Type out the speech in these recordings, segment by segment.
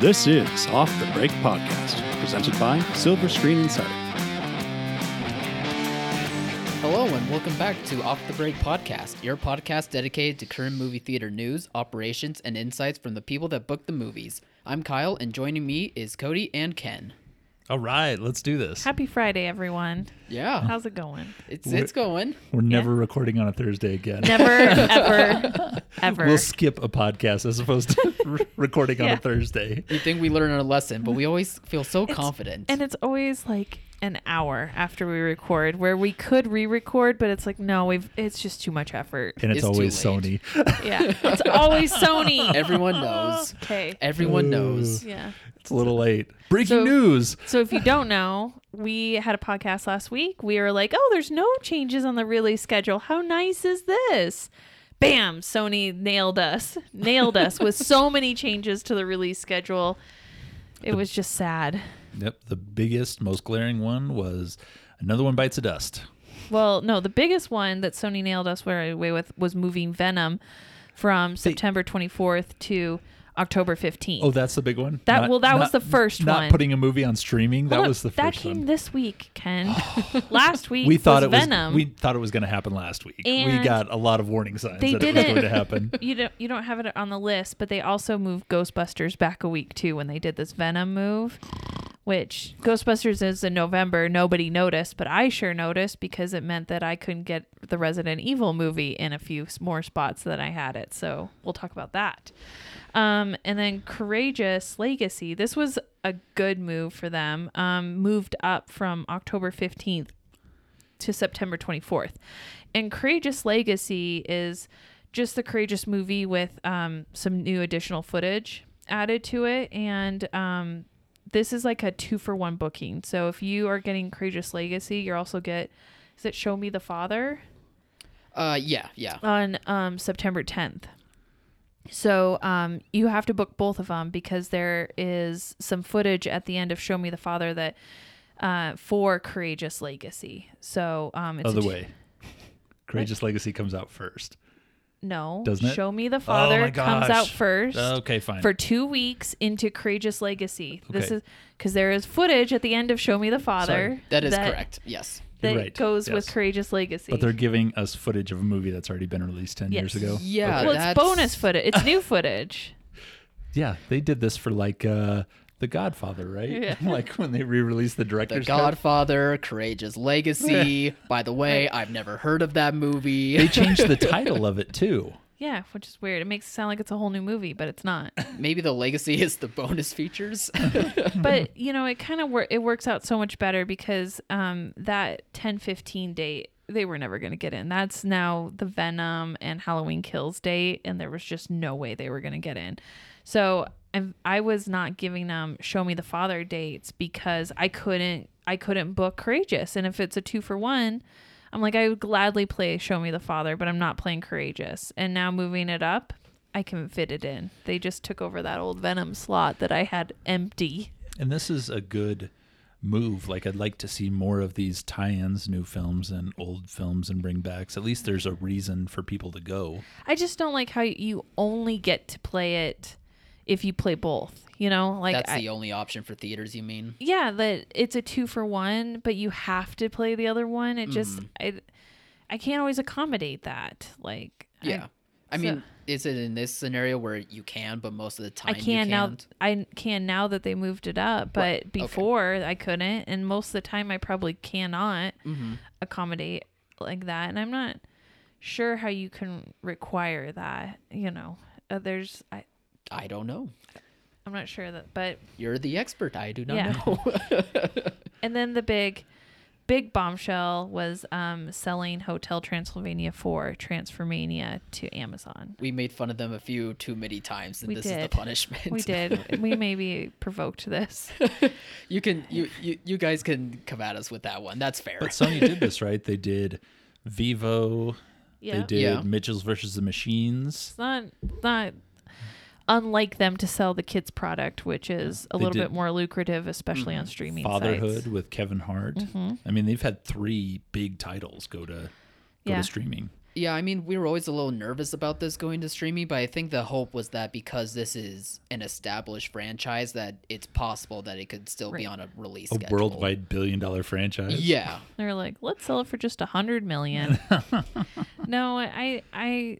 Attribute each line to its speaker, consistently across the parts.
Speaker 1: This is Off the Break Podcast, presented by Silver Screen Insider.
Speaker 2: Hello and welcome back to Off the Break Podcast, your podcast dedicated to current movie theater news, operations, and insights from the people that book the movies. I'm Kyle, and joining me is Cody and Ken.
Speaker 3: All right, let's do this.
Speaker 4: Happy Friday, everyone.
Speaker 5: Oh.
Speaker 2: Yeah,
Speaker 4: How's it going?
Speaker 2: it's it's going.
Speaker 5: We're never recording on a Thursday again.
Speaker 4: Never, ever, ever.
Speaker 5: We'll skip a podcast as opposed to re- recording on
Speaker 4: Yeah.
Speaker 5: a Thursday.
Speaker 2: You think we learned our lesson, but we always feel so confident.
Speaker 4: and it's always like an hour after we record where we could re-record, but it's like, no, we've it's just too much effort.
Speaker 5: And it's,
Speaker 2: It's too
Speaker 5: always
Speaker 2: late.
Speaker 5: Sony.
Speaker 4: Yeah. It's always Sony.
Speaker 2: Everyone knows.
Speaker 4: Okay.
Speaker 2: Everyone knows.
Speaker 4: Yeah.
Speaker 5: It's a little late. Breaking
Speaker 4: So-
Speaker 5: news.
Speaker 4: So if you don't know, we had a podcast last week. We were like, oh, there's no changes on the release schedule. How nice is this? Bam! Sony nailed us. Nailed us with so many changes to the release schedule. It was just sad.
Speaker 5: Yep. The biggest, most glaring one was another one bites the dust.
Speaker 4: Well, no, the biggest one that Sony nailed us away with was moving Venom from September 24th to October 15th.
Speaker 5: Oh, that's the big one.
Speaker 4: That- well, that was the first
Speaker 5: not
Speaker 4: one.
Speaker 5: Not putting a movie on streaming. That
Speaker 4: Hold on,
Speaker 5: was the
Speaker 4: that
Speaker 5: first
Speaker 4: came
Speaker 5: one.
Speaker 4: this week, Ken. Last week
Speaker 5: we thought
Speaker 4: was
Speaker 5: it was
Speaker 4: Venom.
Speaker 5: we thought it was going to happen last week.
Speaker 4: And
Speaker 5: we got a lot of warning signs
Speaker 4: they
Speaker 5: that it was
Speaker 4: didn't.
Speaker 5: going to happen.
Speaker 4: you don't you don't have it on the list, but they also moved Ghostbusters back a week too when they did this Venom move, which Ghostbusters is in November. Nobody noticed, but I sure noticed because it meant that I couldn't get the Resident Evil movie in a few s- more spots than I had it. So we'll talk about that. Um, and then Courageous Legacy. This was a good move for them. Um, moved up from October fifteenth to September 24th. And Courageous Legacy is just the Courageous movie with um, some new additional footage added to it. And um, this is like a two for one booking. So if you are getting Courageous Legacy, you also get, is it Show Me the Father?
Speaker 2: Uh, yeah, yeah.
Speaker 4: on um, September 10th. So um, you have to book both of them because there is some footage at the end of Show Me the Father that uh, for Courageous Legacy. So um, it's a
Speaker 5: Other
Speaker 4: t-
Speaker 5: way. Courageous Legacy comes out first.
Speaker 4: No,
Speaker 5: Doesn't it? Oh
Speaker 4: Show Me the Father
Speaker 5: my
Speaker 4: comes out
Speaker 5: gosh.
Speaker 4: first.
Speaker 5: Okay, fine.
Speaker 4: For two weeks into Courageous Legacy, this
Speaker 5: Okay.
Speaker 4: is because there is footage at the end of Show Me the Father
Speaker 2: That is correct. Yes.
Speaker 4: That
Speaker 5: You're right.
Speaker 4: goes with
Speaker 5: Yes.
Speaker 4: Courageous Legacy.
Speaker 5: But they're giving us footage of a movie that's already been released 10 years
Speaker 4: Yes.
Speaker 5: ago.
Speaker 2: Yeah.
Speaker 4: well, it's
Speaker 2: Uh, that's-
Speaker 4: bonus footage. It's new footage.
Speaker 5: Yeah, they did this for like uh The Godfather, right?
Speaker 4: Yeah.
Speaker 5: like when they re-released the
Speaker 2: The
Speaker 5: director's cut.
Speaker 2: Godfather, Courageous Legacy. By the way, I've never heard of that movie.
Speaker 5: They changed the title of it too.
Speaker 4: Yeah, which is weird. It makes it sound like it's a whole new movie, but it's not.
Speaker 2: Maybe the legacy is the bonus features.
Speaker 4: but you know, it kind of wor- it works out so much better because um, that ten fifteen date they were never going to get in. That's now the Venom and Halloween Kills date, and there was just no way they were going to get in. So I I was not giving them Show Me the Father dates because I couldn't I couldn't book Courageous, and if it's a two for one. I'm like I would gladly play Show Me the Father, but I'm not playing Courageous. And now moving it up, I can fit it in. They just took over that old Venom slot that I had empty.
Speaker 5: And this is a good move. Like I'd like to see more of these tie-ins, new films and old films and bringbacks. At least there's a reason for people to go.
Speaker 4: I just don't like how you only get to play it if you play both. You know, like
Speaker 2: That's
Speaker 4: I-
Speaker 2: the only option for theaters, you mean?
Speaker 4: yeah, that it's a two for one, but you have to play the other one. It just
Speaker 2: Mm-hmm.
Speaker 4: I I can't always accommodate that. Like I-
Speaker 2: Yeah. I,
Speaker 4: so-
Speaker 2: mean, is it in this scenario where you can, but most of the time
Speaker 4: I can
Speaker 2: you
Speaker 4: now.
Speaker 2: can't?
Speaker 4: I can now that they moved it up, but before I couldn't, and most of the time I probably cannot
Speaker 2: Mm-hmm.
Speaker 4: accommodate like that. And I'm not sure how you can require that. You know, uh, there's I,
Speaker 2: I don't know.
Speaker 4: I'm not sure that, but
Speaker 2: You're the expert. I do not
Speaker 4: Yeah.
Speaker 2: know.
Speaker 4: and then the big, big bombshell was um, selling Hotel Transylvania for Transformania to Amazon.
Speaker 2: we made fun of them a few too many times, and
Speaker 4: We
Speaker 2: this is the
Speaker 4: did.
Speaker 2: punishment.
Speaker 4: We did. we maybe provoked this.
Speaker 2: you can you, you you guys can come at us with that one. That's fair.
Speaker 5: But Sony did this, right? They did Vivo.
Speaker 4: Yeah.
Speaker 5: They did
Speaker 2: Yeah.
Speaker 5: Mitchell's versus the Machines.
Speaker 4: It's not not unlike them to sell the kids product, which is a
Speaker 5: They
Speaker 4: little bit
Speaker 5: did-
Speaker 4: more lucrative, especially
Speaker 2: Mm-hmm.
Speaker 4: on streaming
Speaker 5: Fatherhood
Speaker 4: sites.
Speaker 5: with Kevin Hart. I mean, they've had three big titles go to go
Speaker 4: Yeah.
Speaker 5: to streaming.
Speaker 2: Yeah, I mean, we were always a little nervous about this going to streaming, but I think the hope was that because this is an established franchise, that it's possible that it could still be
Speaker 4: Right.
Speaker 2: on a release
Speaker 5: A
Speaker 2: schedule.
Speaker 5: worldwide billion dollar franchise.
Speaker 2: Yeah,
Speaker 4: They're like, let's sell it for just a hundred million. no, I, I,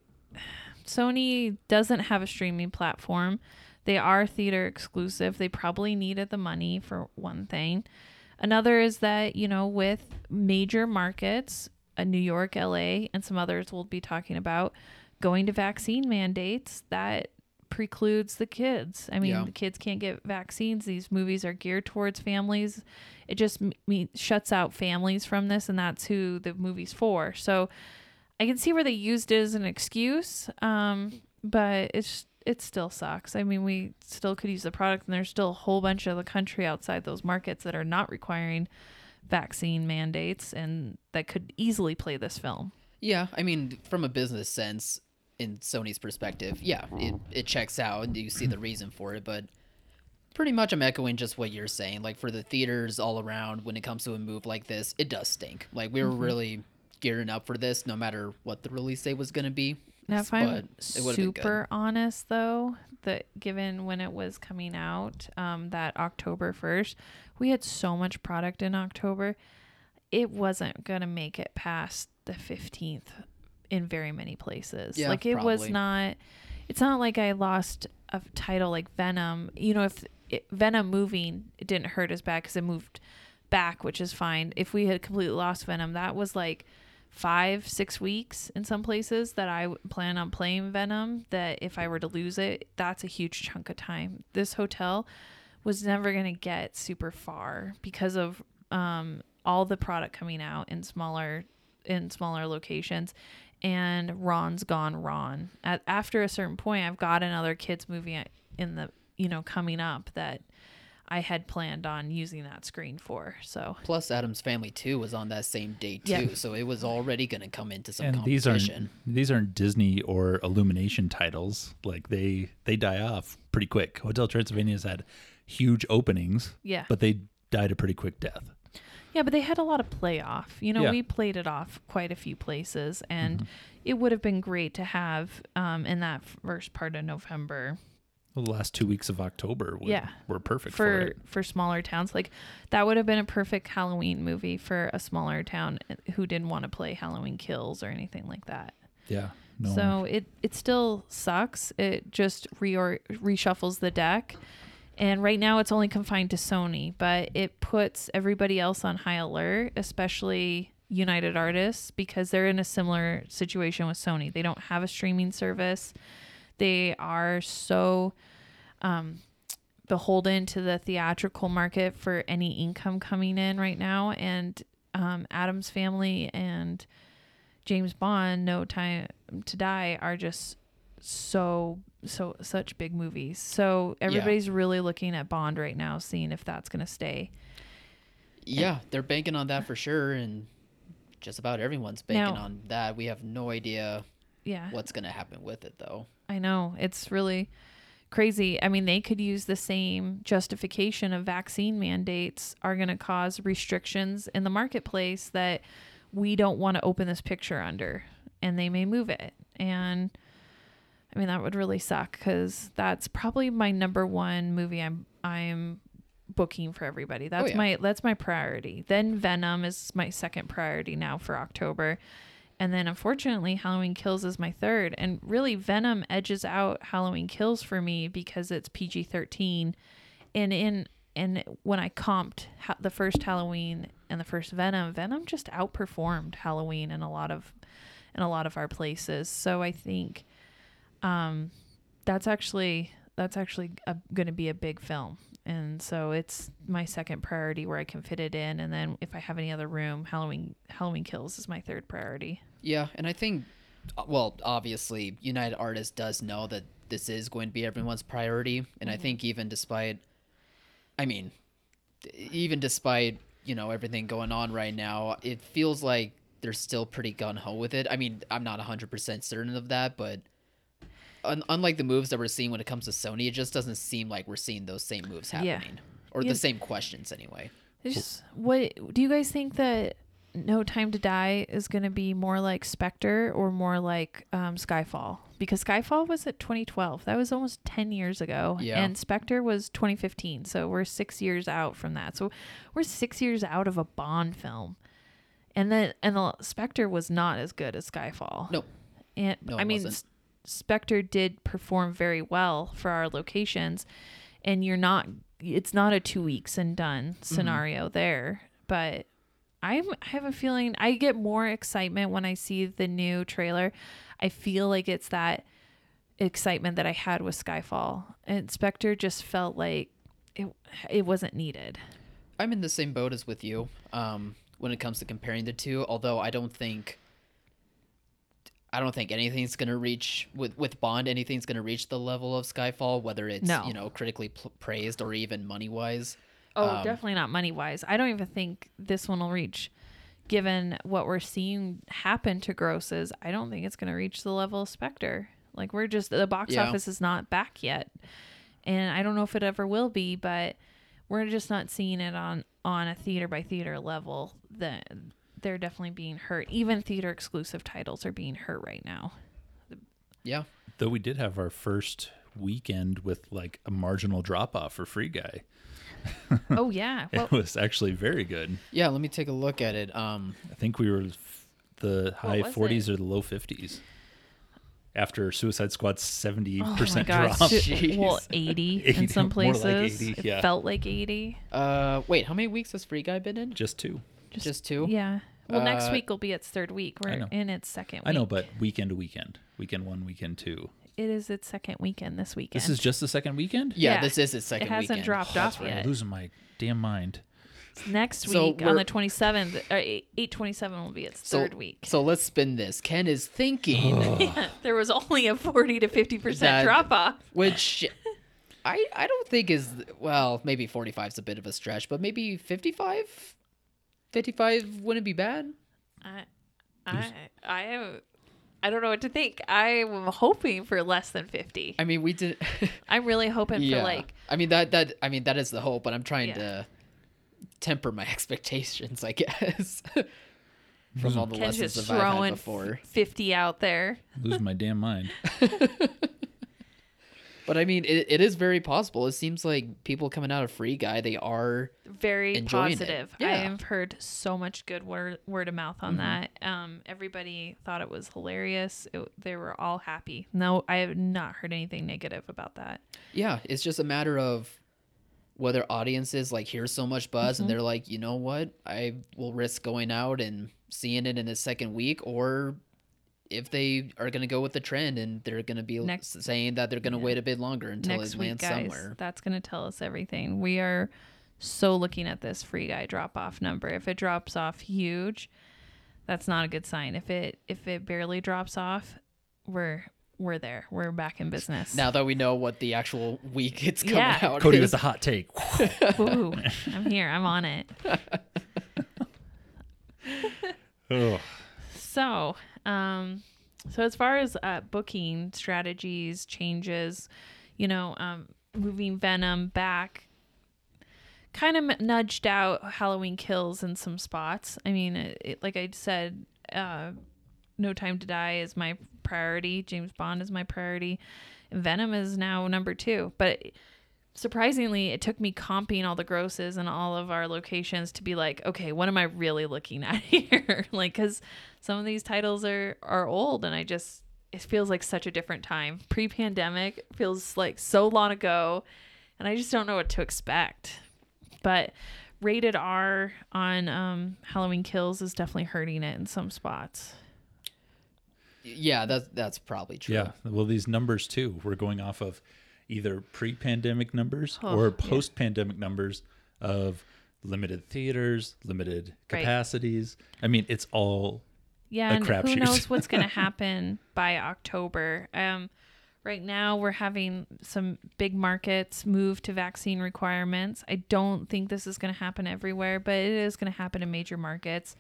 Speaker 4: Sony doesn't have a streaming platform. They are theater exclusive. They probably needed the money for one thing. Another is that you know, with major markets, uh, New York, LA, and some others, we'll be talking about going to vaccine mandates that precludes the kids. I mean,
Speaker 2: Yeah.
Speaker 4: the kids can't get vaccines. These movies are geared towards families. It just m- me- shuts out families from this, and that's who the movie's for. So I can see where they used it as an excuse, um, but it's it still sucks. I mean, we still could use the product, and there's still a whole bunch of the country outside those markets that are not requiring vaccine mandates, and that could easily play this film.
Speaker 2: yeah. I mean, from a business sense, in Sony's perspective, yeah, it it checks out, and you see the reason for it, but. Pretty much, I'm echoing just what you're saying. Like for the theaters all around, when it comes to a move like this, it does stink. Like we were
Speaker 4: Mm-hmm.
Speaker 2: really gearing up for this, no matter what the release date was gonna be.
Speaker 4: Now, if I'm
Speaker 2: but it would've been good.
Speaker 4: super honest, though, that given when it was coming out, um, that October 1st, we had so much product in October, it wasn't going to make it past the 15th in very many places.
Speaker 2: Yeah,
Speaker 4: like, it was
Speaker 2: probably.
Speaker 4: not, it's not like I lost a title like Venom. You know, if it, Venom moving it didn't hurt as bad because it moved back, which is fine. If we had completely lost Venom, that was like five, six weeks in some places that I w- plan on playing Venom. That if I were to lose it, that's a huge chunk of time. This hotel was never going to get super far because of um, all the product coming out in smaller in smaller locations and ron's gone ron At, after a certain point i've got another kids movie in the you know coming up that i had planned on using that screen for so
Speaker 2: Plus, Adam's Family Two was on that same day too,
Speaker 4: Yeah.
Speaker 2: so it was already going to come into some
Speaker 5: And these aren't
Speaker 2: competition.
Speaker 5: these aren't Disney or Illumination titles. Like they they die off pretty quick. Hotel Transylvania's had huge openings.
Speaker 4: Yeah.
Speaker 5: But they died a pretty quick death.
Speaker 4: Yeah, but they had a lot of playoff. You know,
Speaker 5: Yeah.
Speaker 4: we played it off quite a few places, and it would have been great to have um, in that first part of November
Speaker 5: Well, the last two weeks of October were,
Speaker 4: Yeah.
Speaker 5: were perfect for,
Speaker 4: for
Speaker 5: it.
Speaker 4: for smaller towns. Like that would have been a perfect Halloween movie for a smaller town eh, who didn't want to play Halloween Kills or anything like that.
Speaker 5: Yeah. No.
Speaker 4: So it it still sucks. It just reor- reshuffles the deck. And right now it's only confined to Sony, but it puts everybody else on high alert, especially United Artists because they're in a similar situation with Sony. They don't have a streaming service. They are so beholden to the theatrical market for any income coming in right now. And um, Adam's family and James Bond, No Time to Die, are just so so such big movies. So everybody's really looking at Bond right now, seeing if that's gonna stay.
Speaker 2: Yeah, they're banking on that for sure, and just about everyone's banking
Speaker 4: Now-
Speaker 2: on that. We have no idea
Speaker 4: Yeah,
Speaker 2: what's going to happen with it, though.
Speaker 4: I know it's really crazy. I mean, they could use the same justification of vaccine mandates are going to cause restrictions in the marketplace that we don't want to open this picture under, and they may move it. And I mean, that would really suck because that's probably my number one movie. I'm I'm booking for everybody. That's
Speaker 2: yeah.
Speaker 4: my that's my priority. Then Venom is my second priority now for October. And then unfortunately Halloween Kills is my third. And really Venom edges out Halloween Kills for me because it's PG-13 and in and when I comped ha- the first Halloween and the first Venom, Venom just outperformed Halloween in a lot of in a lot of our places. So I think that's actually that's actually going to be a big film and so it's my second priority where i can fit it in and then if i have any other room halloween halloween kills is my third priority
Speaker 2: Yeah, and I think, uh, well, obviously, United Artists does know that this is going to be everyone's priority, and
Speaker 4: Mm-hmm.
Speaker 2: I think even despite, I mean, d- even despite you know everything going on right now, it feels like they're still pretty gun ho with it. I mean, I'm not 100 percent certain of that, but. Un- unlike the moves that we're seeing when it comes to Sony, it just doesn't seem like we're seeing those same moves
Speaker 4: Yeah.
Speaker 2: happening, or
Speaker 4: Yeah.
Speaker 2: the same questions anyway.
Speaker 4: It's just, what do you guys think that No Time to Die is going to be more like Spectre or more like um, Skyfall because Skyfall was at 2012. That was almost 10 years ago.
Speaker 2: Yeah.
Speaker 4: And Spectre was 2015. So we're six years out from that. So we're six years out of a Bond film. And then, and the Spectre was not as good as Skyfall.
Speaker 2: No,
Speaker 4: And
Speaker 2: No,
Speaker 4: I
Speaker 2: it
Speaker 4: mean,
Speaker 2: wasn't.
Speaker 4: S- Spectre did perform very well for our locations, and you're not. It's not a two weeks and done
Speaker 2: Mm-hmm.
Speaker 4: scenario there, but I'm. I have a feeling I get more excitement when I see the new trailer. I feel like it's that excitement that I had with Skyfall, and Spectre just felt like it. It wasn't needed.
Speaker 2: I'm in the same boat as with you um, when it comes to comparing the two. Although I don't think, I don't think anything's gonna reach with with Bond. Anything's gonna reach the level of Skyfall, whether it's
Speaker 4: No.
Speaker 2: you know critically pl- praised or even money wise.
Speaker 4: Oh,
Speaker 5: Um,
Speaker 4: definitely not money wise. I don't even think this one will reach, given what we're seeing happen to grosses. I don't think it's going to reach the level of Spectre. Like we're just the box
Speaker 2: Yeah.
Speaker 4: office is not back yet, and I don't know if it ever will be. But we're just not seeing it on on a theater by theater level. That they're definitely being hurt. Even theater exclusive titles are being hurt right now.
Speaker 2: Yeah,
Speaker 5: Though we did have our first weekend with like a marginal drop off for Free Guy.
Speaker 4: oh yeah. Well,
Speaker 5: It was actually very good.
Speaker 2: yeah. Let me take a look at it. Um,
Speaker 5: I think we were f- the high
Speaker 4: was
Speaker 5: 40s or the low 50s after Suicide Squad's 70%
Speaker 4: gosh,
Speaker 5: drop.
Speaker 4: shit. Well, 80,
Speaker 5: 80,
Speaker 4: in some
Speaker 5: more like
Speaker 4: places.
Speaker 5: 80,
Speaker 4: it
Speaker 5: yeah.
Speaker 4: felt like 80.
Speaker 2: uh, wait, how many weeks has Free Guy been in?
Speaker 5: Just two.
Speaker 2: Just, two.
Speaker 4: Yeah. Well, next
Speaker 2: Uh,
Speaker 4: week will be its third week. We're
Speaker 5: know.
Speaker 4: in its second week.
Speaker 5: I know, but weekend to weekend. Weekend one, weekend two.
Speaker 4: It is its second weekend this weekend.
Speaker 5: This is just the second weekend?
Speaker 2: Yeah,
Speaker 4: Yeah.
Speaker 2: this is its second.
Speaker 4: it hasn't
Speaker 2: weekend.
Speaker 4: dropped off
Speaker 5: I'm
Speaker 4: yet.
Speaker 5: losing my damn mind.
Speaker 4: Next
Speaker 2: So
Speaker 4: week on
Speaker 2: we're-
Speaker 4: the uh, 27th, or 827 will be its
Speaker 2: So,
Speaker 4: third week.
Speaker 2: So let's spin this. Ken is thinking.
Speaker 4: there was only a 40 to 50%
Speaker 2: That-
Speaker 4: drop off.
Speaker 2: which I I don't think is well maybe 45 is a bit of a stretch but maybe 55 55 wouldn't be bad
Speaker 4: I, I, I am. I don't know what to think. I'm hoping for less than 50.
Speaker 2: I mean we did
Speaker 4: I'm really hoping
Speaker 2: yeah
Speaker 4: for like
Speaker 2: I mean that that I mean that is the hope but I'm trying
Speaker 4: Yeah.
Speaker 2: to temper my expectations I guess from all the
Speaker 4: Ken's
Speaker 2: lessons
Speaker 4: just
Speaker 2: that I've had
Speaker 4: throwing
Speaker 2: before
Speaker 4: 50 out there.
Speaker 5: Losing my damn mind.
Speaker 2: but I mean it, it is very possible it seems like people coming out of free guy they are
Speaker 4: very
Speaker 2: enjoying it.
Speaker 4: positive.
Speaker 2: Yeah. Mm-hmm.
Speaker 4: I have heard so much good word word of mouth on that. Um, everybody thought it was hilarious. It, they were all happy. No, I have not heard anything negative about that.
Speaker 2: Yeah, it's just a matter of whether audiences like hear so much buzz and
Speaker 4: Mm-hmm.
Speaker 2: they're like, you know what, I will risk going out and seeing it in the second week, or if they are going to go with the trend and they're going to be l-
Speaker 4: Next-
Speaker 2: saying that they're going to wait a bit longer until
Speaker 4: Next
Speaker 2: it
Speaker 4: week,
Speaker 2: lands
Speaker 4: guys,
Speaker 2: somewhere.
Speaker 4: that's going to tell us everything. We are so looking at this free guy drop off number. If it drops off huge, that's not a good sign. If it if it barely drops off, we're we're there. We're back in business.
Speaker 2: Now that we know what the actual week it's coming
Speaker 4: Yeah.
Speaker 2: out,
Speaker 5: Cody
Speaker 2: is.
Speaker 5: with the hot take.
Speaker 4: Ooh, I'm here. I'm on it.
Speaker 5: Ugh.
Speaker 4: So, um, so as far as uh, booking strategies, changes, you know, um, moving Venom back, kind of nudged out Halloween Kills in some spots. I mean, it, it, like I said, uh, No Time to Die is my priority. James Bond is my priority. Venom is now number two, but surprisingly, it took me comping all the grosses and all of our locations to be like, okay, what am I really looking at here? like, because some of these titles are are old, and I just it feels like such a different time. Pre pandemic feels like so long ago, and I just don't know what to expect. But rated R on um, Halloween Kills is definitely hurting it in some spots.
Speaker 2: yeah, that's that's probably true.
Speaker 5: Yeah. Well, these numbers too, we're going off of either pre pandemic numbers
Speaker 4: Oh, yeah.
Speaker 5: or post pandemic numbers of limited theaters, limited
Speaker 4: Right.
Speaker 5: capacities. I mean, it's all
Speaker 4: Yeah,
Speaker 5: a
Speaker 4: and who
Speaker 5: crapshoot.
Speaker 4: knows what's going to happen by October? Um, right now, we're having some big markets move to vaccine requirements. I don't think this is going to happen everywhere, but it is going to happen in major markets.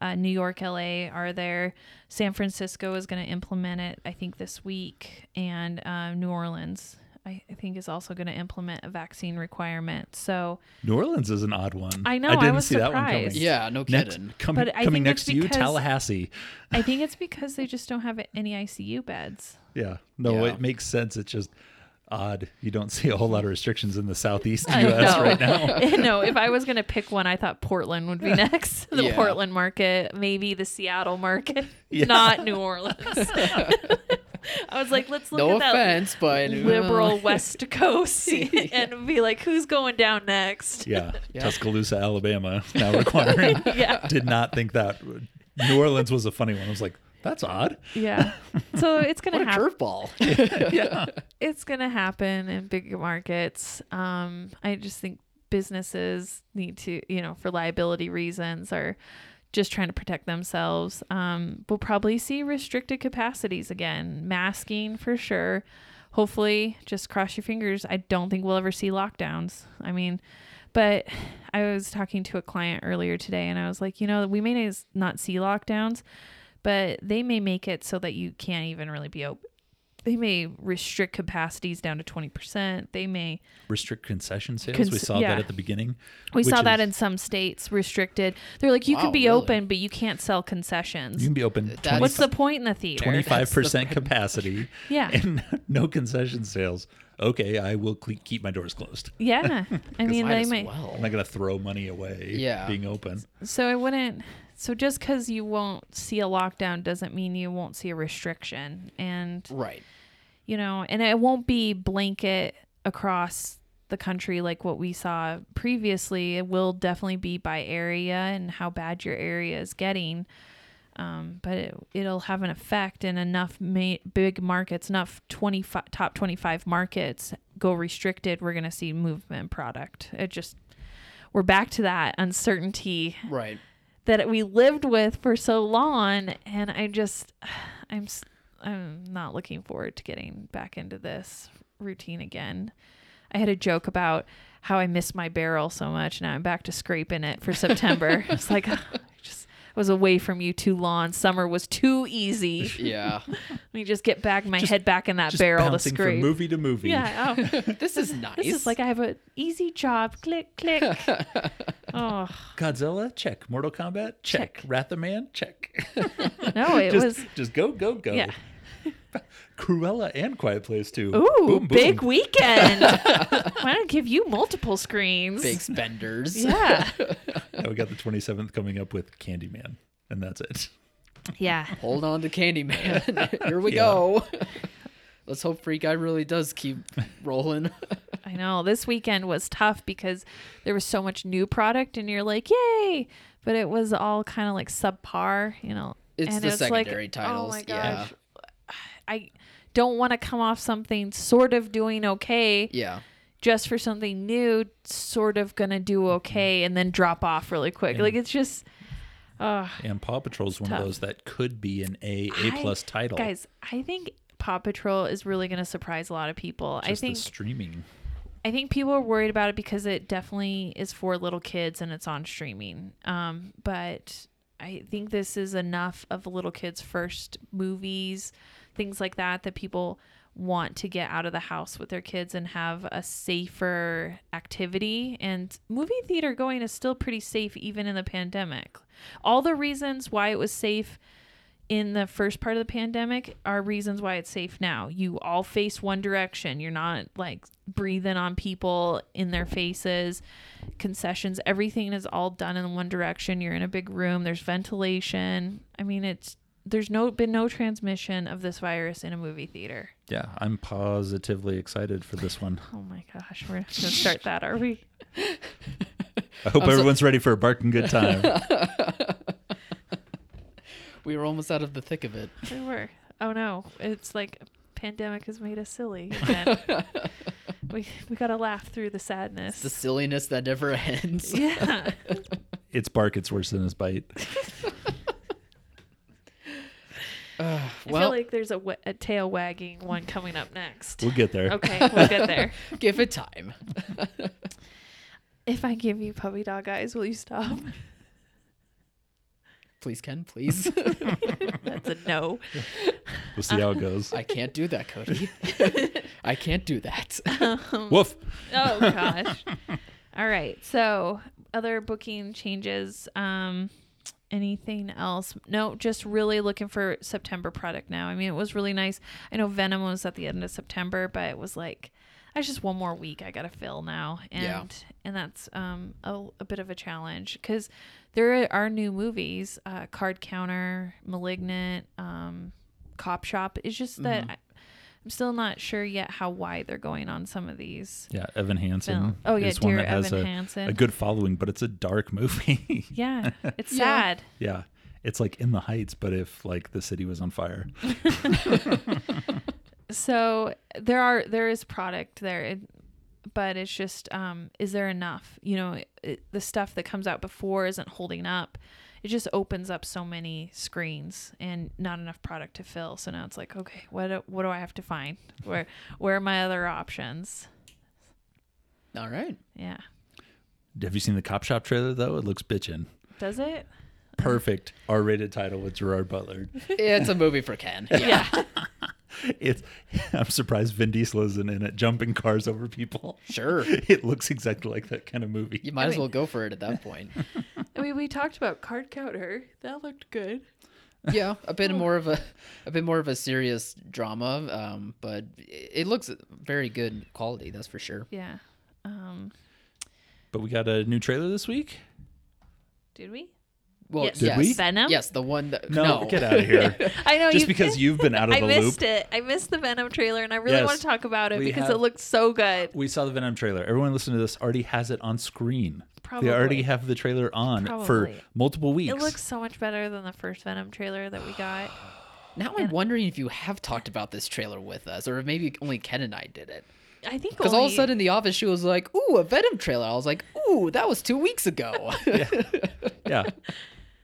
Speaker 4: Uh, New York, LA are there. San Francisco is going to implement it, I think, this week, and um, New Orleans. I I think is also going to implement a vaccine requirement. So,
Speaker 5: New Orleans is an odd one.
Speaker 4: I know,
Speaker 5: I
Speaker 4: I
Speaker 5: didn't
Speaker 4: was
Speaker 5: see that one coming.
Speaker 4: surprised.
Speaker 2: Yeah, no
Speaker 5: Next,
Speaker 2: kidding.
Speaker 5: com-
Speaker 4: But I
Speaker 5: coming
Speaker 4: think
Speaker 5: next
Speaker 4: it's
Speaker 5: to you,
Speaker 4: because-
Speaker 5: Tallahassee.
Speaker 4: I think it's because they just don't have any ICU beds.
Speaker 5: Yeah. No,
Speaker 2: Yeah.
Speaker 5: it makes sense. It's just odd. You don't see a whole lot of restrictions in the southeast
Speaker 4: I
Speaker 5: U.S.
Speaker 4: know.
Speaker 5: right now.
Speaker 4: no, if I was going to pick one, I thought Portland would be next. The
Speaker 2: Yeah.
Speaker 4: Portland market, maybe the Seattle market,
Speaker 5: Yeah.
Speaker 4: not New Orleans. I was like, let's look
Speaker 2: no
Speaker 4: at that
Speaker 2: offense, but
Speaker 4: liberal West Coast and be like, who's going down next?
Speaker 5: Yeah.
Speaker 2: Yeah.
Speaker 5: Tuscaloosa, Alabama, now requiring.
Speaker 4: Yeah.
Speaker 5: Did not think that. New Orleans was a funny one. I was like, that's odd.
Speaker 4: Yeah. So it's going
Speaker 2: What
Speaker 4: to
Speaker 2: a
Speaker 4: happen.
Speaker 2: curveball.
Speaker 5: Yeah.
Speaker 4: it's gonna happen in big markets. Um, I just think businesses need to, you know, for liability reasons or just trying to protect themselves. Um, we'll probably see restricted capacities again, masking for sure. Hopefully, just cross your fingers. I don't think we'll ever see lockdowns. I mean, but I was talking to a client earlier today and I was like, you know, we may nas- not see lockdowns, but they may make it so that you can't even really be open they may restrict capacities down to 20%. They may,
Speaker 5: Restrict concession sales. we
Speaker 4: Cons-
Speaker 5: saw
Speaker 4: yeah.
Speaker 5: that at the beginning.
Speaker 4: we
Speaker 5: which
Speaker 4: saw that
Speaker 5: is-
Speaker 4: in some states restricted. They're like, you
Speaker 2: Wow,
Speaker 4: can be
Speaker 2: really?
Speaker 4: open, but you can't sell concessions.
Speaker 5: You can be open
Speaker 2: That's-
Speaker 4: What's the point in the theater?
Speaker 5: 25% capacity
Speaker 4: Yeah.
Speaker 5: and no concession sales. Okay, I will cle keep my doors closed.
Speaker 4: Yeah. I mean,
Speaker 2: Might
Speaker 4: they
Speaker 2: as
Speaker 4: may.
Speaker 5: I'm
Speaker 2: well.
Speaker 5: not going to throw money away
Speaker 2: Yeah.
Speaker 5: being open.
Speaker 4: So I wouldn't. So just because you won't see a lockdown doesn't mean you won't see a restriction. And
Speaker 2: Right.
Speaker 4: you know, and it won't be blanket across the country like what we saw previously. It will definitely be by area and how bad your area is getting. Um, but it, it'll have an effect in enough ma- big markets, enough 25, top 25 markets go restricted. We're going to see movement product. It just, we're back to that uncertainty
Speaker 2: Right.
Speaker 4: that we lived with for so long and i just i'm s- i'm not looking forward to getting back into this routine again i had a joke about how i missed my barrel so much now i'm back to scraping it for september it's like I just I was away from you too long summer was too easy
Speaker 2: Yeah.
Speaker 4: let me just get back my head back in that
Speaker 5: Just
Speaker 4: barrel to
Speaker 5: bouncing
Speaker 4: scrape
Speaker 5: from movie to movie.
Speaker 4: yeah oh,
Speaker 2: This is nice.
Speaker 4: this is like i have an easy job click click oh
Speaker 5: Godzilla, check. Mortal Kombat, check.
Speaker 4: Check.
Speaker 5: Wrath of Man, check.
Speaker 4: no it
Speaker 5: just,
Speaker 4: was
Speaker 5: just go, go, go.
Speaker 4: Yeah.
Speaker 5: Cruella and Quiet Place too. Boom,
Speaker 4: Ooh,
Speaker 5: boom.
Speaker 4: big weekend. Why don't I give you multiple screens?
Speaker 2: big spenders.
Speaker 4: Yeah.
Speaker 5: Now we got the 27th coming up with Candyman, and that's it.
Speaker 4: yeah.
Speaker 2: Hold on to Candyman. Here we go. Let's hope Free Guy really does keep rolling.
Speaker 4: I know. This weekend was tough because there was so much new product and you're like, yay. But it was all kind of like subpar, you know.
Speaker 2: It's
Speaker 4: and
Speaker 2: the
Speaker 4: it's
Speaker 2: secondary
Speaker 4: like,
Speaker 2: titles.
Speaker 4: Oh my gosh. I don't want to come off something sort of doing okay
Speaker 2: Yeah.
Speaker 4: just for something new, sort of going to
Speaker 2: Mm-hmm.
Speaker 4: do okay and then drop off really quick. Like it's just. Ugh.
Speaker 5: And Paw Patrol is one
Speaker 4: tough.
Speaker 5: of those that could be an A A
Speaker 4: I-
Speaker 5: plus title.
Speaker 4: Guys, I think Paw Patrol is really going to surprise a lot of people.
Speaker 5: just
Speaker 4: I think
Speaker 5: the streaming.
Speaker 4: I think people are worried about it because it definitely is for little kids and it's on streaming. Um, but I think this is enough of little kids' first movies, things like that, that people want to get out of the house with their kids and have a safer activity. And movie theater going is still pretty safe, even in the pandemic. All the reasons why it was safe in the first part of the pandemic are reasons why it's safe now. You all face one direction. You're not like breathing on people in their faces. Concessions, everything is all done in one direction. You're in a big room. There's ventilation. I mean, it's there's no been no transmission of this virus in a movie theater.
Speaker 5: Yeah, I'm positively excited for this one.
Speaker 4: Oh my gosh, we're not gonna start that, are we?
Speaker 5: I hope
Speaker 2: so-
Speaker 5: everyone's ready for a barking good time.
Speaker 2: We were almost out of the thick of it.
Speaker 4: We were. Oh no, it's like pandemic has made us silly. again. we we gotta laugh through the sadness.
Speaker 2: The silliness that never ends.
Speaker 4: yeah.
Speaker 5: its bark, it's worse than its bite.
Speaker 4: I feel
Speaker 2: Well,
Speaker 4: like there's a, wa- a tail wagging one coming up next.
Speaker 5: We'll get there.
Speaker 4: Okay, we'll get there.
Speaker 2: give it time.
Speaker 4: If I give you puppy dog eyes, will you stop?
Speaker 2: Please, Ken, please.
Speaker 4: That's a no.
Speaker 5: We'll see how it goes.
Speaker 2: I can't do that, Cody. I can't do that.
Speaker 4: Um,
Speaker 5: Woof.
Speaker 4: Oh gosh. All right. So other booking changes. Um anything else? No, just really looking for September product now. I mean it was really nice. I know Venom was at the end of September, but it was like I just one more week I gotta fill now. And
Speaker 2: Yeah.
Speaker 4: and that's um a, a bit of a challenge because there are new movies, uh Card Counter, Malignant, um Cop Shop. It's just that I, I'm still not sure yet how wide they're going on some of these.
Speaker 5: Yeah, Evan Hansen.
Speaker 4: Film. Oh, yeah,
Speaker 5: is one
Speaker 4: dear
Speaker 5: that has
Speaker 4: Evan
Speaker 5: a,
Speaker 4: Hansen.
Speaker 5: a good following, but it's a dark movie.
Speaker 4: Yeah, it's
Speaker 2: Yeah.
Speaker 4: sad.
Speaker 5: yeah, it's like in the heights, but if like the city was on fire.
Speaker 4: So there are there is product there, it- but it's just um, is there enough? You know, it, the stuff that comes out before isn't holding up. It just opens up so many screens and not enough product to fill. So now it's like, okay, what do, what do I have to find? Where where are my other options?
Speaker 2: All right.
Speaker 4: Yeah,
Speaker 5: Have you seen the Cop Shop trailer though? It looks bitchin'.
Speaker 4: does it?
Speaker 5: Perfect R-rated title with Gerard Butler.
Speaker 2: It's a movie for Ken. Yeah.
Speaker 5: It's I'm surprised Vin Diesel isn't in it, jumping cars over people.
Speaker 2: Sure.
Speaker 5: It looks exactly like that kind of movie.
Speaker 2: You might as well go for it at that point.
Speaker 4: I mean, we talked about card counter. That looked good.
Speaker 2: yeah, a bit more of a a bit more of a serious drama, um, but it it looks very good quality, that's for sure.
Speaker 4: Yeah. Um,
Speaker 5: But we got a new trailer this week.
Speaker 4: did we?
Speaker 2: Well,
Speaker 4: Yes.
Speaker 2: yes,
Speaker 4: Did we? Venom?
Speaker 2: Yes, the one that
Speaker 5: No, get out of here.
Speaker 4: I know
Speaker 5: Just
Speaker 4: you-
Speaker 5: because you've been out of
Speaker 4: I
Speaker 5: the
Speaker 4: missed
Speaker 5: loop.
Speaker 4: it. I missed the Venom trailer, and I really
Speaker 5: Yes.
Speaker 4: want to talk about it
Speaker 5: We
Speaker 4: because
Speaker 5: have-
Speaker 4: it looked so good.
Speaker 5: We saw the Venom trailer. Everyone listening to this already has it on screen.
Speaker 4: Probably.
Speaker 5: They already have the trailer on for
Speaker 4: Probably.
Speaker 5: multiple weeks.
Speaker 4: It looks so much better than the first Venom trailer that we got.
Speaker 2: Now I'm wondering if you have talked about this trailer with us, or maybe only Ken and I did it.
Speaker 4: I think
Speaker 2: Because all of a
Speaker 4: only-
Speaker 2: sudden, the office she was like, "Ooh, a Venom trailer." I was like, "Ooh, that was two weeks ago."
Speaker 5: yeah.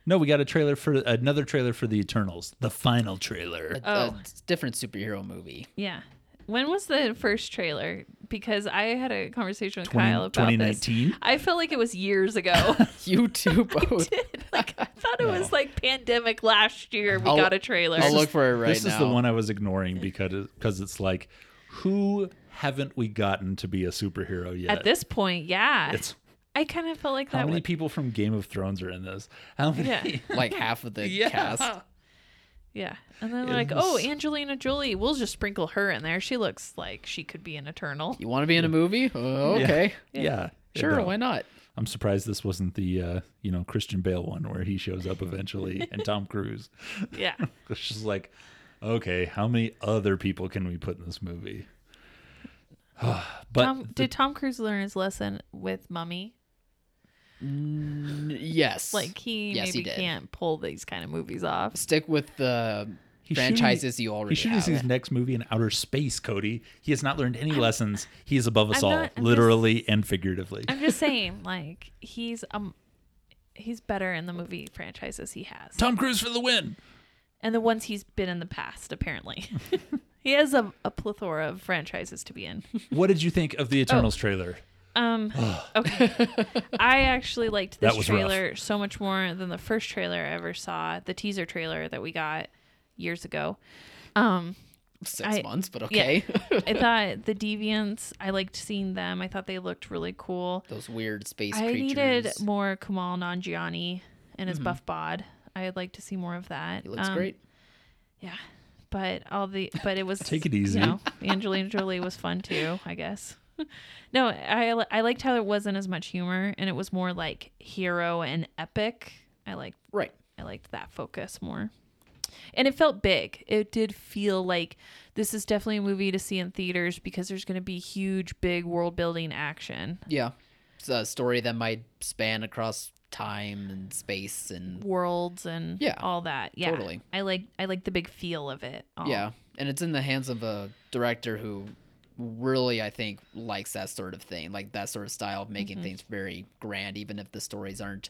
Speaker 5: No, we got a trailer for another trailer for the Eternals, the final trailer.
Speaker 2: a different superhero movie.
Speaker 4: yeah. When was the first trailer? Because I had a conversation with
Speaker 5: 20
Speaker 4: Kyle about this.
Speaker 5: 2019?
Speaker 4: I felt like it was years ago.
Speaker 2: You two both.
Speaker 4: like I thought it was like pandemic last year. We
Speaker 2: I'll-
Speaker 4: got a trailer.
Speaker 2: I'll look for it right
Speaker 5: this
Speaker 2: now.
Speaker 5: is the one I was ignoring because because it's like, who haven't we gotten to be a superhero yet?
Speaker 4: At this point, yeah.
Speaker 5: it's
Speaker 4: I kind of felt like
Speaker 5: how
Speaker 4: that.
Speaker 5: many
Speaker 4: was-
Speaker 5: people from Game of Thrones are in this? How many?
Speaker 4: Yeah.
Speaker 2: like half of the
Speaker 5: Yeah.
Speaker 2: cast.
Speaker 4: Yeah. And then they're
Speaker 5: It
Speaker 4: like, oh,
Speaker 5: was-
Speaker 4: Angelina Jolie, we'll just sprinkle her in there. She looks like she could be an Eternal.
Speaker 2: You want to be in a movie? Uh, okay,
Speaker 5: Yeah.
Speaker 2: sure.
Speaker 5: No.
Speaker 2: Why not?
Speaker 5: I'm surprised this wasn't the uh, you know Christian Bale one where he shows up eventually and Tom Cruise.
Speaker 4: Yeah.
Speaker 5: It's just like, okay, how many other people can we put in this movie? but
Speaker 4: Tom, did Tom Cruise learn his lesson with Mummy?
Speaker 2: N- Yes.
Speaker 4: Like he
Speaker 2: Yes, he
Speaker 4: maybe
Speaker 2: did.
Speaker 4: can't pull these kind of movies off.
Speaker 2: stick with the
Speaker 5: He's shooting-
Speaker 2: franchises you already
Speaker 5: He should
Speaker 2: have.
Speaker 5: his next movie in outer space, Cody. He has not learned any lessons. He is above us
Speaker 4: I'm
Speaker 5: all,
Speaker 4: not- I'm
Speaker 5: literally and figuratively.
Speaker 4: I'm just saying, like he's um, he's better in the movie franchises he has,
Speaker 5: Tom Cruise for the win.
Speaker 4: and the ones he's been in the past. Apparently, he has a, a plethora of franchises to be in.
Speaker 5: What did you think of
Speaker 4: Oh.
Speaker 5: the Eternals trailer?
Speaker 4: Um, okay. I actually liked
Speaker 5: That
Speaker 4: this
Speaker 5: was rough.
Speaker 4: trailer so much more than the first trailer I ever saw, the teaser trailer that we got years ago. Um,
Speaker 2: Six
Speaker 4: I-
Speaker 2: months, but okay.
Speaker 4: I thought the Deviants, I liked seeing them. I thought they looked really cool.
Speaker 2: Those weird space
Speaker 4: I
Speaker 2: creatures.
Speaker 4: needed more Kamal Nanjiani and
Speaker 5: Mm-hmm.
Speaker 4: his buff bod. I'd like to see more of that.
Speaker 2: He looks
Speaker 4: Um,
Speaker 2: great.
Speaker 4: Yeah. But all the but it was
Speaker 5: Take it easy.
Speaker 4: You know, Angelina Jolie was fun too, I guess. No, I li- I liked how there wasn't as much humor and it was more like hero and epic. I liked
Speaker 2: Right.
Speaker 4: I liked that focus more. And it felt big. It did feel like this is definitely a movie to see in theaters because there's going to be huge big world building action,
Speaker 2: Yeah. It's a story that might span across time and space and
Speaker 4: worlds and
Speaker 2: Yeah,
Speaker 4: all that. Yeah.
Speaker 2: totally.
Speaker 4: I like I like the big feel of it. all.
Speaker 2: yeah, and it's in the hands of a director who really I think likes that sort of thing, like that sort of style of making
Speaker 4: Mm-hmm.
Speaker 2: things very grand even if the stories aren't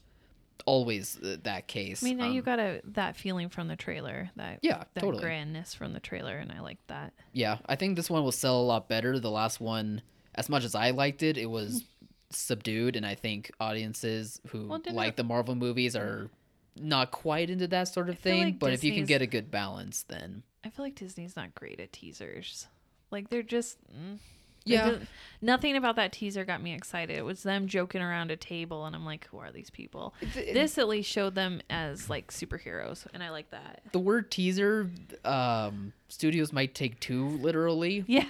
Speaker 2: always uh, that case.
Speaker 4: I mean, now you
Speaker 2: Um,
Speaker 4: got a that feeling from the trailer, that
Speaker 2: Yeah,
Speaker 4: that
Speaker 2: totally.
Speaker 4: grandness from the trailer, and I like that.
Speaker 2: Yeah, I think this one will sell a lot better. The last one, as much as I liked it, it was subdued, and I think audiences who
Speaker 4: Well, didn't
Speaker 2: like
Speaker 4: it-
Speaker 2: the Marvel movies are not quite into that sort of
Speaker 4: feel
Speaker 2: thing,
Speaker 4: like
Speaker 2: but if you can
Speaker 4: Disney's-
Speaker 2: get a good balance, then
Speaker 4: I feel like Disney's not great at teasers. Like they're just mm, it
Speaker 2: Yeah.
Speaker 4: doesn't- nothing about that teaser got me excited. It was them joking around a table, and I'm like, who are these people? this at least showed them as like superheroes, and I like that.
Speaker 2: the word teaser, um, studios might take too literally,
Speaker 4: Yeah,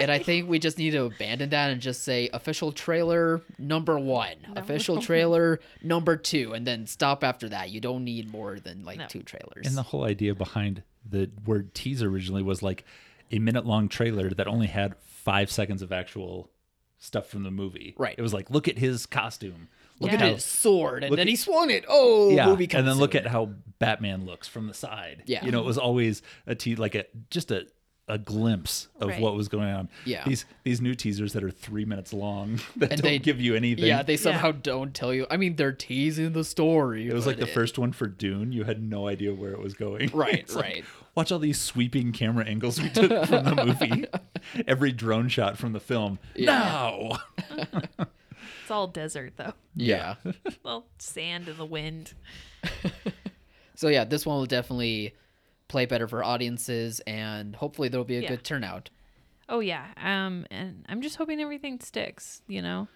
Speaker 2: and I think we just need to abandon that and just say official trailer number one, official trailer number two, and then stop after that. You don't need more than like
Speaker 4: No.
Speaker 2: two trailers.
Speaker 5: And the whole idea behind the word teaser originally was like a minute long trailer that only had five seconds of actual stuff from the movie.
Speaker 2: Right.
Speaker 5: It was like, look at his costume.
Speaker 2: look
Speaker 4: Yeah.
Speaker 2: at his sword, and
Speaker 5: look
Speaker 2: then
Speaker 5: at-
Speaker 2: he swung it. Oh,
Speaker 5: Yeah.
Speaker 2: movie comes
Speaker 5: and then look
Speaker 2: soon.
Speaker 5: at how Batman looks from the side.
Speaker 2: Yeah.
Speaker 5: You know, it was always a te- like a just a a glimpse of
Speaker 4: Right.
Speaker 5: what was going on.
Speaker 2: Yeah.
Speaker 5: These these new teasers that are three minutes long that
Speaker 2: And
Speaker 5: don't
Speaker 2: they-
Speaker 5: give you anything.
Speaker 2: yeah, they somehow don't tell you. I mean, they're teasing the story.
Speaker 5: It was like the first one for Dune. You had no idea where it was going.
Speaker 2: Right,
Speaker 5: It's like,
Speaker 2: right.
Speaker 5: Watch all these sweeping camera angles we took from the movie. Every drone shot from the film. No.
Speaker 4: it's all desert though.
Speaker 2: yeah.
Speaker 4: Well, sand and the wind.
Speaker 2: So yeah, this one will definitely play better for audiences, and hopefully there'll be a
Speaker 4: Yeah.
Speaker 2: good turnout.
Speaker 4: Oh yeah. Um, and I'm just hoping everything sticks. You know,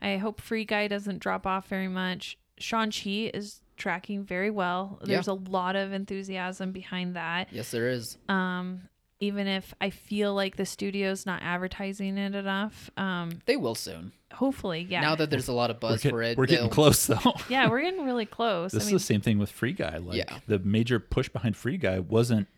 Speaker 4: I hope Free Guy doesn't drop off very much. Shang Chi is tracking very well. There's a lot of enthusiasm behind that.
Speaker 2: Yes, there is.
Speaker 4: Um, even if I feel like the studio's not advertising it enough. Um,
Speaker 2: They will soon.
Speaker 4: hopefully, yeah.
Speaker 2: Now that there's a lot of
Speaker 5: We're,
Speaker 2: buzz
Speaker 5: get-
Speaker 2: for it,
Speaker 5: we're getting
Speaker 2: they'll-
Speaker 5: close though.
Speaker 4: yeah, we're getting really close.
Speaker 5: This
Speaker 4: I mean,
Speaker 5: is the same thing with Free Guy. Like
Speaker 2: Yeah.
Speaker 5: the major push behind Free Guy wasn't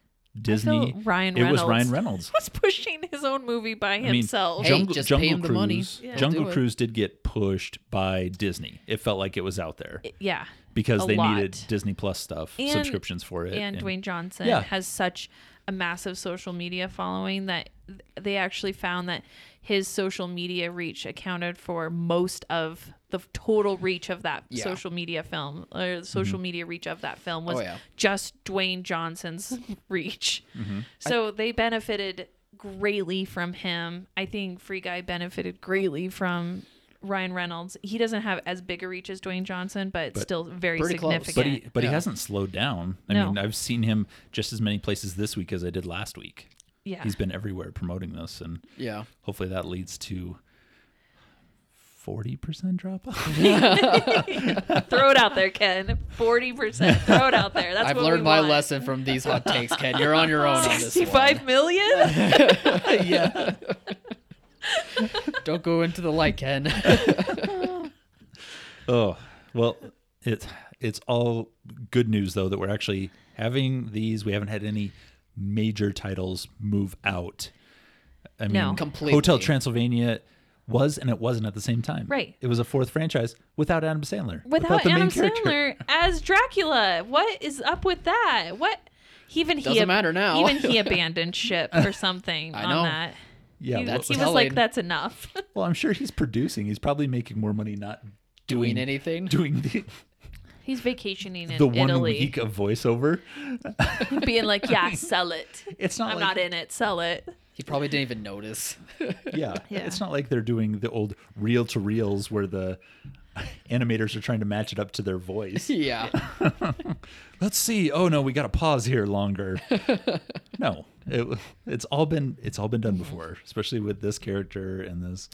Speaker 5: Disney.
Speaker 4: Ryan
Speaker 5: it was
Speaker 4: Reynolds.
Speaker 5: Ryan Reynolds.
Speaker 4: was pushing his own movie by
Speaker 5: I mean,
Speaker 4: himself.
Speaker 2: Hey,
Speaker 5: Jungle,
Speaker 2: just
Speaker 5: Jungle
Speaker 2: pay him
Speaker 5: Cruise,
Speaker 2: the money. We'll
Speaker 5: Jungle
Speaker 2: do it.
Speaker 5: Cruise did get pushed by Disney. It felt like it was out there
Speaker 4: yeah.
Speaker 5: because
Speaker 4: a
Speaker 5: they
Speaker 4: lot.
Speaker 5: needed Disney Plus stuff,
Speaker 4: And-
Speaker 5: subscriptions for it,
Speaker 4: and Dwayne Johnson
Speaker 5: Yeah.
Speaker 4: has such a massive social media following that th- they actually found that his social media reach accounted for most of the f- total reach of that
Speaker 2: Yeah. Mm-hmm.
Speaker 4: social media film or the social media reach of that film was
Speaker 2: Oh, yeah.
Speaker 4: just Dwayne Johnson's reach.
Speaker 2: Mm-hmm.
Speaker 4: So they benefited greatly from him. I think Free Guy benefited greatly from Ryan Reynolds. He doesn't have as big a reach as Dwayne Johnson, but, still very
Speaker 2: pretty close.
Speaker 4: significant.
Speaker 5: But he but
Speaker 2: Yeah.
Speaker 5: he hasn't slowed down. I
Speaker 4: No.
Speaker 5: mean, I've seen him just as many places this week as I did last week.
Speaker 4: yeah.
Speaker 5: He's been everywhere promoting this, and
Speaker 2: yeah,
Speaker 5: hopefully that leads to forty percent drop off.
Speaker 4: Throw it out there, Ken. Forty percent. Throw it out there. That's
Speaker 2: I've
Speaker 4: what
Speaker 2: learned
Speaker 4: we
Speaker 2: my
Speaker 4: want.
Speaker 2: lesson from these hot takes, Ken. You're on your own on this one.
Speaker 4: Sixty-five million.
Speaker 5: yeah,
Speaker 2: Don't go into the light, Ken.
Speaker 5: Oh well, it's it's all good news though that we're actually having these. We haven't had any major titles move out. I mean,
Speaker 4: No.
Speaker 2: Completely.
Speaker 5: Hotel Transylvania was and it wasn't at the same time.
Speaker 4: Right.
Speaker 5: It was a fourth franchise without Adam Sandler.
Speaker 4: Without Adam
Speaker 5: character.
Speaker 4: Sandler as Dracula, what is up with that? What even he
Speaker 2: Doesn't matter now.
Speaker 4: Even he abandoned ship or something
Speaker 2: I
Speaker 4: on
Speaker 2: know.
Speaker 4: that.
Speaker 5: Yeah,
Speaker 4: he,
Speaker 2: that's
Speaker 4: he was
Speaker 2: telling.
Speaker 4: like, "That's enough."
Speaker 5: Well, I'm sure he's producing. He's probably making more money not
Speaker 2: Doing anything?
Speaker 5: doing the
Speaker 4: He's vacationing in
Speaker 5: the one
Speaker 4: Italy,
Speaker 5: week of voiceover.
Speaker 4: being like, "Yeah, sell it.
Speaker 5: It's not
Speaker 4: I'm
Speaker 5: like
Speaker 4: not in it. Sell it."
Speaker 2: He probably didn't even notice.
Speaker 5: yeah,
Speaker 4: Yeah.
Speaker 5: it's not like they're doing the old reel to reels where the animators are trying to match it up to their voice.
Speaker 2: yeah,
Speaker 5: Let's see. Oh no, we got to pause here longer. no, it, it's all been it's all been done before, especially with this character and this.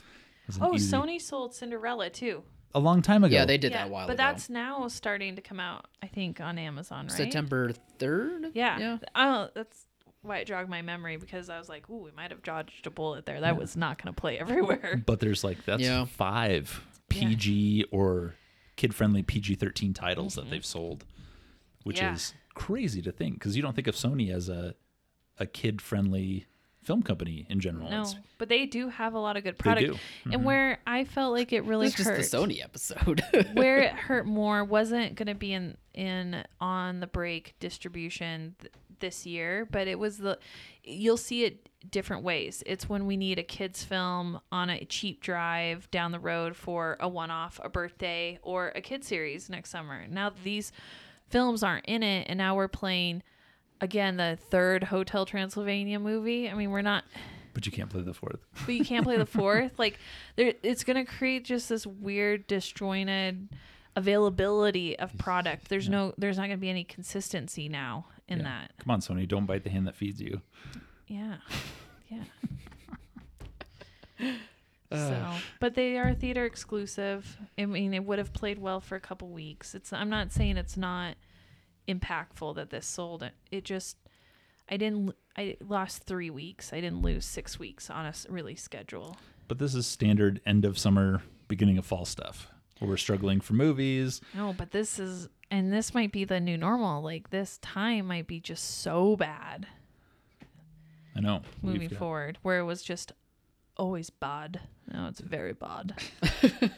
Speaker 5: it's an
Speaker 4: Oh,
Speaker 5: easy-
Speaker 4: Sony sold Cinderella too.
Speaker 5: a long time ago.
Speaker 2: yeah, they did that a while
Speaker 4: but
Speaker 2: ago.
Speaker 4: that's now starting to come out. I think on Amazon, right?
Speaker 2: September third.
Speaker 4: Yeah.
Speaker 2: yeah.
Speaker 4: Oh, that's why it jogged my memory because I was like, ooh, we might have dodged a bullet there. That was not going to play everywhere.
Speaker 5: But there's like that's
Speaker 2: Yeah.
Speaker 5: five PG or kid friendly PG thirteen titles that they've sold, which
Speaker 4: Mm-hmm. Yeah.
Speaker 5: is crazy to think because you don't think of Sony as a a kid friendly film company in general.
Speaker 4: No,
Speaker 5: It's-
Speaker 4: but they do have a lot of good product.
Speaker 5: do.
Speaker 4: And where I felt like it really
Speaker 2: It's just
Speaker 4: hurt,
Speaker 2: the Sony episode.
Speaker 4: where it hurt more wasn't going to be in in on the break distribution th- this year, but it was the you'll see it different ways. It's when we need a kids film on a cheap drive down the road for a one-off, a birthday, or a kid series next summer. Now these films aren't in it and now we're playing again the third Hotel Transylvania movie. I mean, we're not
Speaker 5: but you can't play the fourth.
Speaker 4: but you can't play the fourth. Like there, it's gonna create just this weird disjointed availability of product. There's no there's not going to be any consistency now in
Speaker 5: Yeah.
Speaker 4: that.
Speaker 5: Come on, Sony, don't bite the hand that feeds you.
Speaker 4: Yeah. Yeah. so, but they are theater exclusive. I mean, it would have played well for a couple weeks. It's I'm not saying it's not impactful that this sold it. It just I didn't l- I lost 3 weeks. I didn't lose 6 weeks on a s- really schedule.
Speaker 5: But this is standard end of summer, beginning of fall stuff. Where we're struggling for movies.
Speaker 4: No, but this is and this might be the new normal. Like this time might be just so bad
Speaker 5: I know. we've
Speaker 4: moving
Speaker 5: got-
Speaker 4: forward where it was just always bad. Now it's very bad.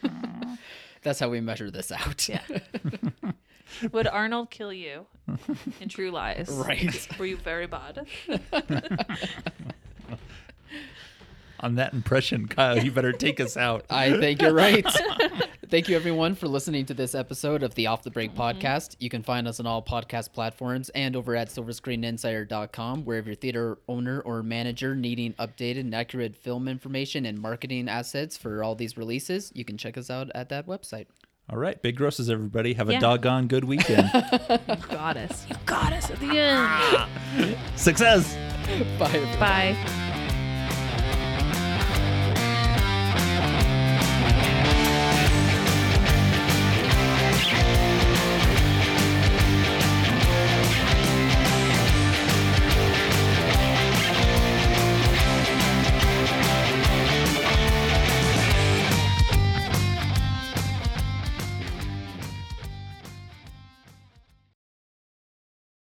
Speaker 2: That's how we measure this out. Yeah.
Speaker 4: Would Arnold kill you in True Lies?
Speaker 2: right.
Speaker 4: Were you very bad?
Speaker 5: On that impression, Kyle, you better take us out.
Speaker 2: I think you're right. Thank you, everyone, for listening to this episode of the Off the Break
Speaker 4: Mm-hmm.
Speaker 2: podcast. You can find us on all podcast platforms and over at silverscreeninsider.com, where if your theater owner or manager needing updated and accurate film information and marketing assets for all these releases, you can check us out at that website.
Speaker 5: All right, big grosses, everybody. Have a
Speaker 4: Yeah.
Speaker 5: doggone good weekend.
Speaker 4: Got us. You got us at the end.
Speaker 5: Success.
Speaker 2: Bye. everyone.
Speaker 4: Bye.